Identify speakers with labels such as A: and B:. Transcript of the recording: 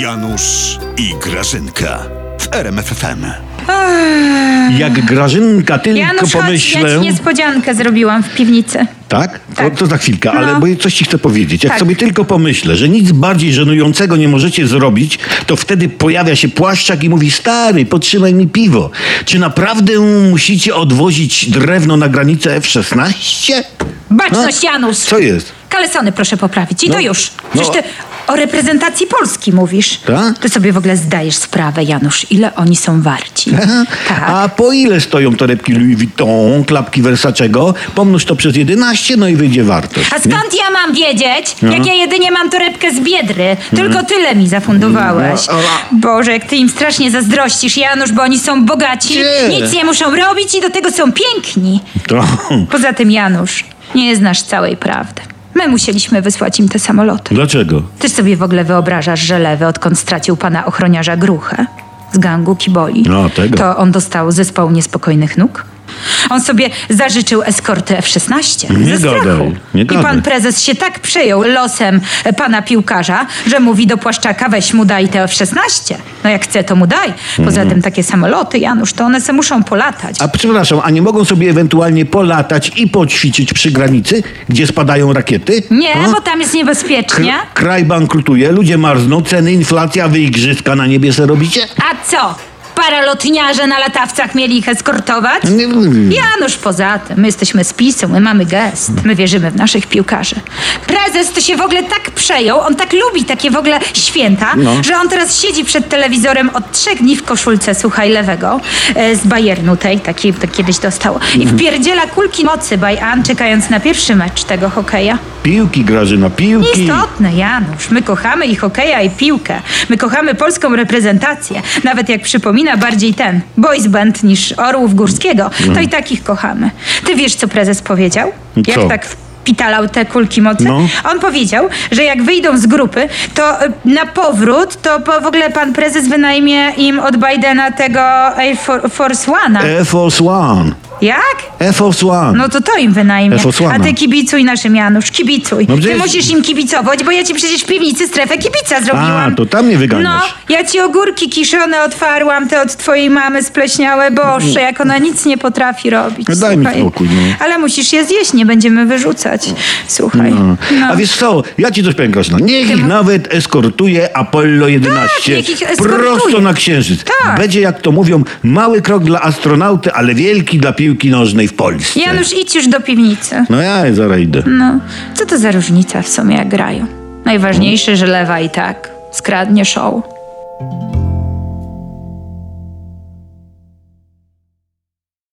A: Janusz i Grażynka w RMFFM.
B: Jak Grażynka tylko
C: Janusz,
B: pomyślę...
C: chodź, ja ci niespodziankę zrobiłam w piwnicy.
B: Tak? To,
C: Tak.
B: to za chwilkę, ale
C: No.
B: bo coś ci chcę powiedzieć. Jak
C: Tak.
B: sobie tylko pomyślę, że nic bardziej żenującego nie możecie zrobić, to wtedy pojawia się płaszczak i mówi stary, potrzymaj mi piwo. Czy naprawdę musicie odwozić drewno na granicę F-16?
C: Baczność,
B: No.
C: Janusz!
B: Co jest?
C: Kalesony proszę poprawić i
B: No.
C: to już.
B: No.
C: Przecież ty o reprezentacji Polski mówisz.
B: Tak?
C: Ty sobie w ogóle zdajesz sprawę, Janusz, ile oni są warci. tak.
B: A po ile stoją torebki Louis Vuitton, klapki Versacego? Pomnóż to przez 11, no i wyjdzie wartość.
C: A
B: nie? No.
C: skąd ja mam wiedzieć, jak ja jedynie mam torebkę z biedry? Tylko tyle mi zafundowałeś.
B: Mhm. No, a-
C: Boże, jak ty im strasznie zazdrościsz, Janusz, bo oni są bogaci,
B: Gdzie?
C: nic nie muszą robić i do tego są piękni.
B: To,
C: Poza tym, Janusz, nie znasz całej prawdy. My musieliśmy wysłać im te samoloty.
B: dlaczego?
C: Ty sobie w ogóle wyobrażasz, że lewy, odkąd stracił pana ochroniarza Gruchę z gangu Kiboli,
B: No, tego.
C: to on dostał zespół niespokojnych nóg? On sobie zażyczył eskorty F-16
B: Nie
C: ze strachu.
B: gadaj, nie gadaj.
C: I pan prezes się tak przejął losem e, pana piłkarza, że mówi do Płaszczaka, weź mu daj te F-16. No jak chce, to mu daj. Poza tym takie samoloty, Janusz, to one se muszą polatać.
B: Mhm. A przepraszam, a nie mogą sobie ewentualnie polatać i poćwiczyć przy granicy, gdzie spadają rakiety?
C: Nie,
B: A?
C: bo tam jest niebezpiecznie.
B: Kr- kraj bankrutuje, ludzie marzną, ceny, inflacja, wy igrzyska na niebie se robicie?
C: A co? Paralotniarze na latawcach mieli ich eskortować?
B: Nie wiem.
C: Janusz, poza tym, my jesteśmy z PiSu, my mamy gest, my wierzymy w naszych piłkarzy. Prezes to się w ogóle tak przejął, on tak lubi takie w ogóle święta,
B: No.
C: że on teraz siedzi przed telewizorem od trzech dni w koszulce, słuchaj, lewego, e, z Bayernu tej, takiej to kiedyś dostał. I
B: Mhm.
C: wpierdziela kulki mocy Bayern, czekając na pierwszy mecz tego hokeja.
B: Piłki, Grażyna, piłki.
C: Nieistotne, Janusz. My kochamy i hokeja, i piłkę. My kochamy polską reprezentację. Nawet jak przypomina bardziej ten boys band niż Orłów Górskiego,
B: No.
C: to i tak ich kochamy. Ty wiesz, co prezes powiedział? Jak
B: Co?
C: tak wpitalał te kulki mocy?
B: No.
C: On powiedział, że jak wyjdą z grupy, to y, na powrót, to po, w ogóle pan prezes wynajmie im od Bidena tego Air For- Force One'a.
B: Air Force One.
C: Jak?
B: Air Force One.
C: No to to im wynajmie.
B: Efo Słana.
C: A ty kibicuj naszym Janusz, kibicuj.
B: No
C: ty
B: przecież-
C: musisz im kibicować, bo ja ci przecież w piwnicy strefę kibica zrobiłam.
B: A, to tam mnie wyganiasz.
C: No, ja ci ogórki kiszone otwarłam, te od twojej mamy spleśniałe, boże, jak ona nic nie potrafi robić.
B: No daj mi
C: słuchaj.
B: spokój, no.
C: Ale musisz je zjeść, nie będziemy wyrzucać. Słuchaj.
B: No.
C: No.
B: A wiesz co, ja ci coś powiem, Grażyna. Niech ich nawet eskortuje Apollo 11.
C: Tak, niech ich eskortuje.
B: prosto na księżyc.
C: Tak.
B: Będzie, jak to mówią, mały krok dla astronauty, ale wielki dla piłki nożnej w Polsce.
C: Janusz, idź już do piwnicy.
B: No ja zaraz idę.
C: No, co to za różnica w sumie, jak grają? Najważniejsze, że lewa i tak skradnie show.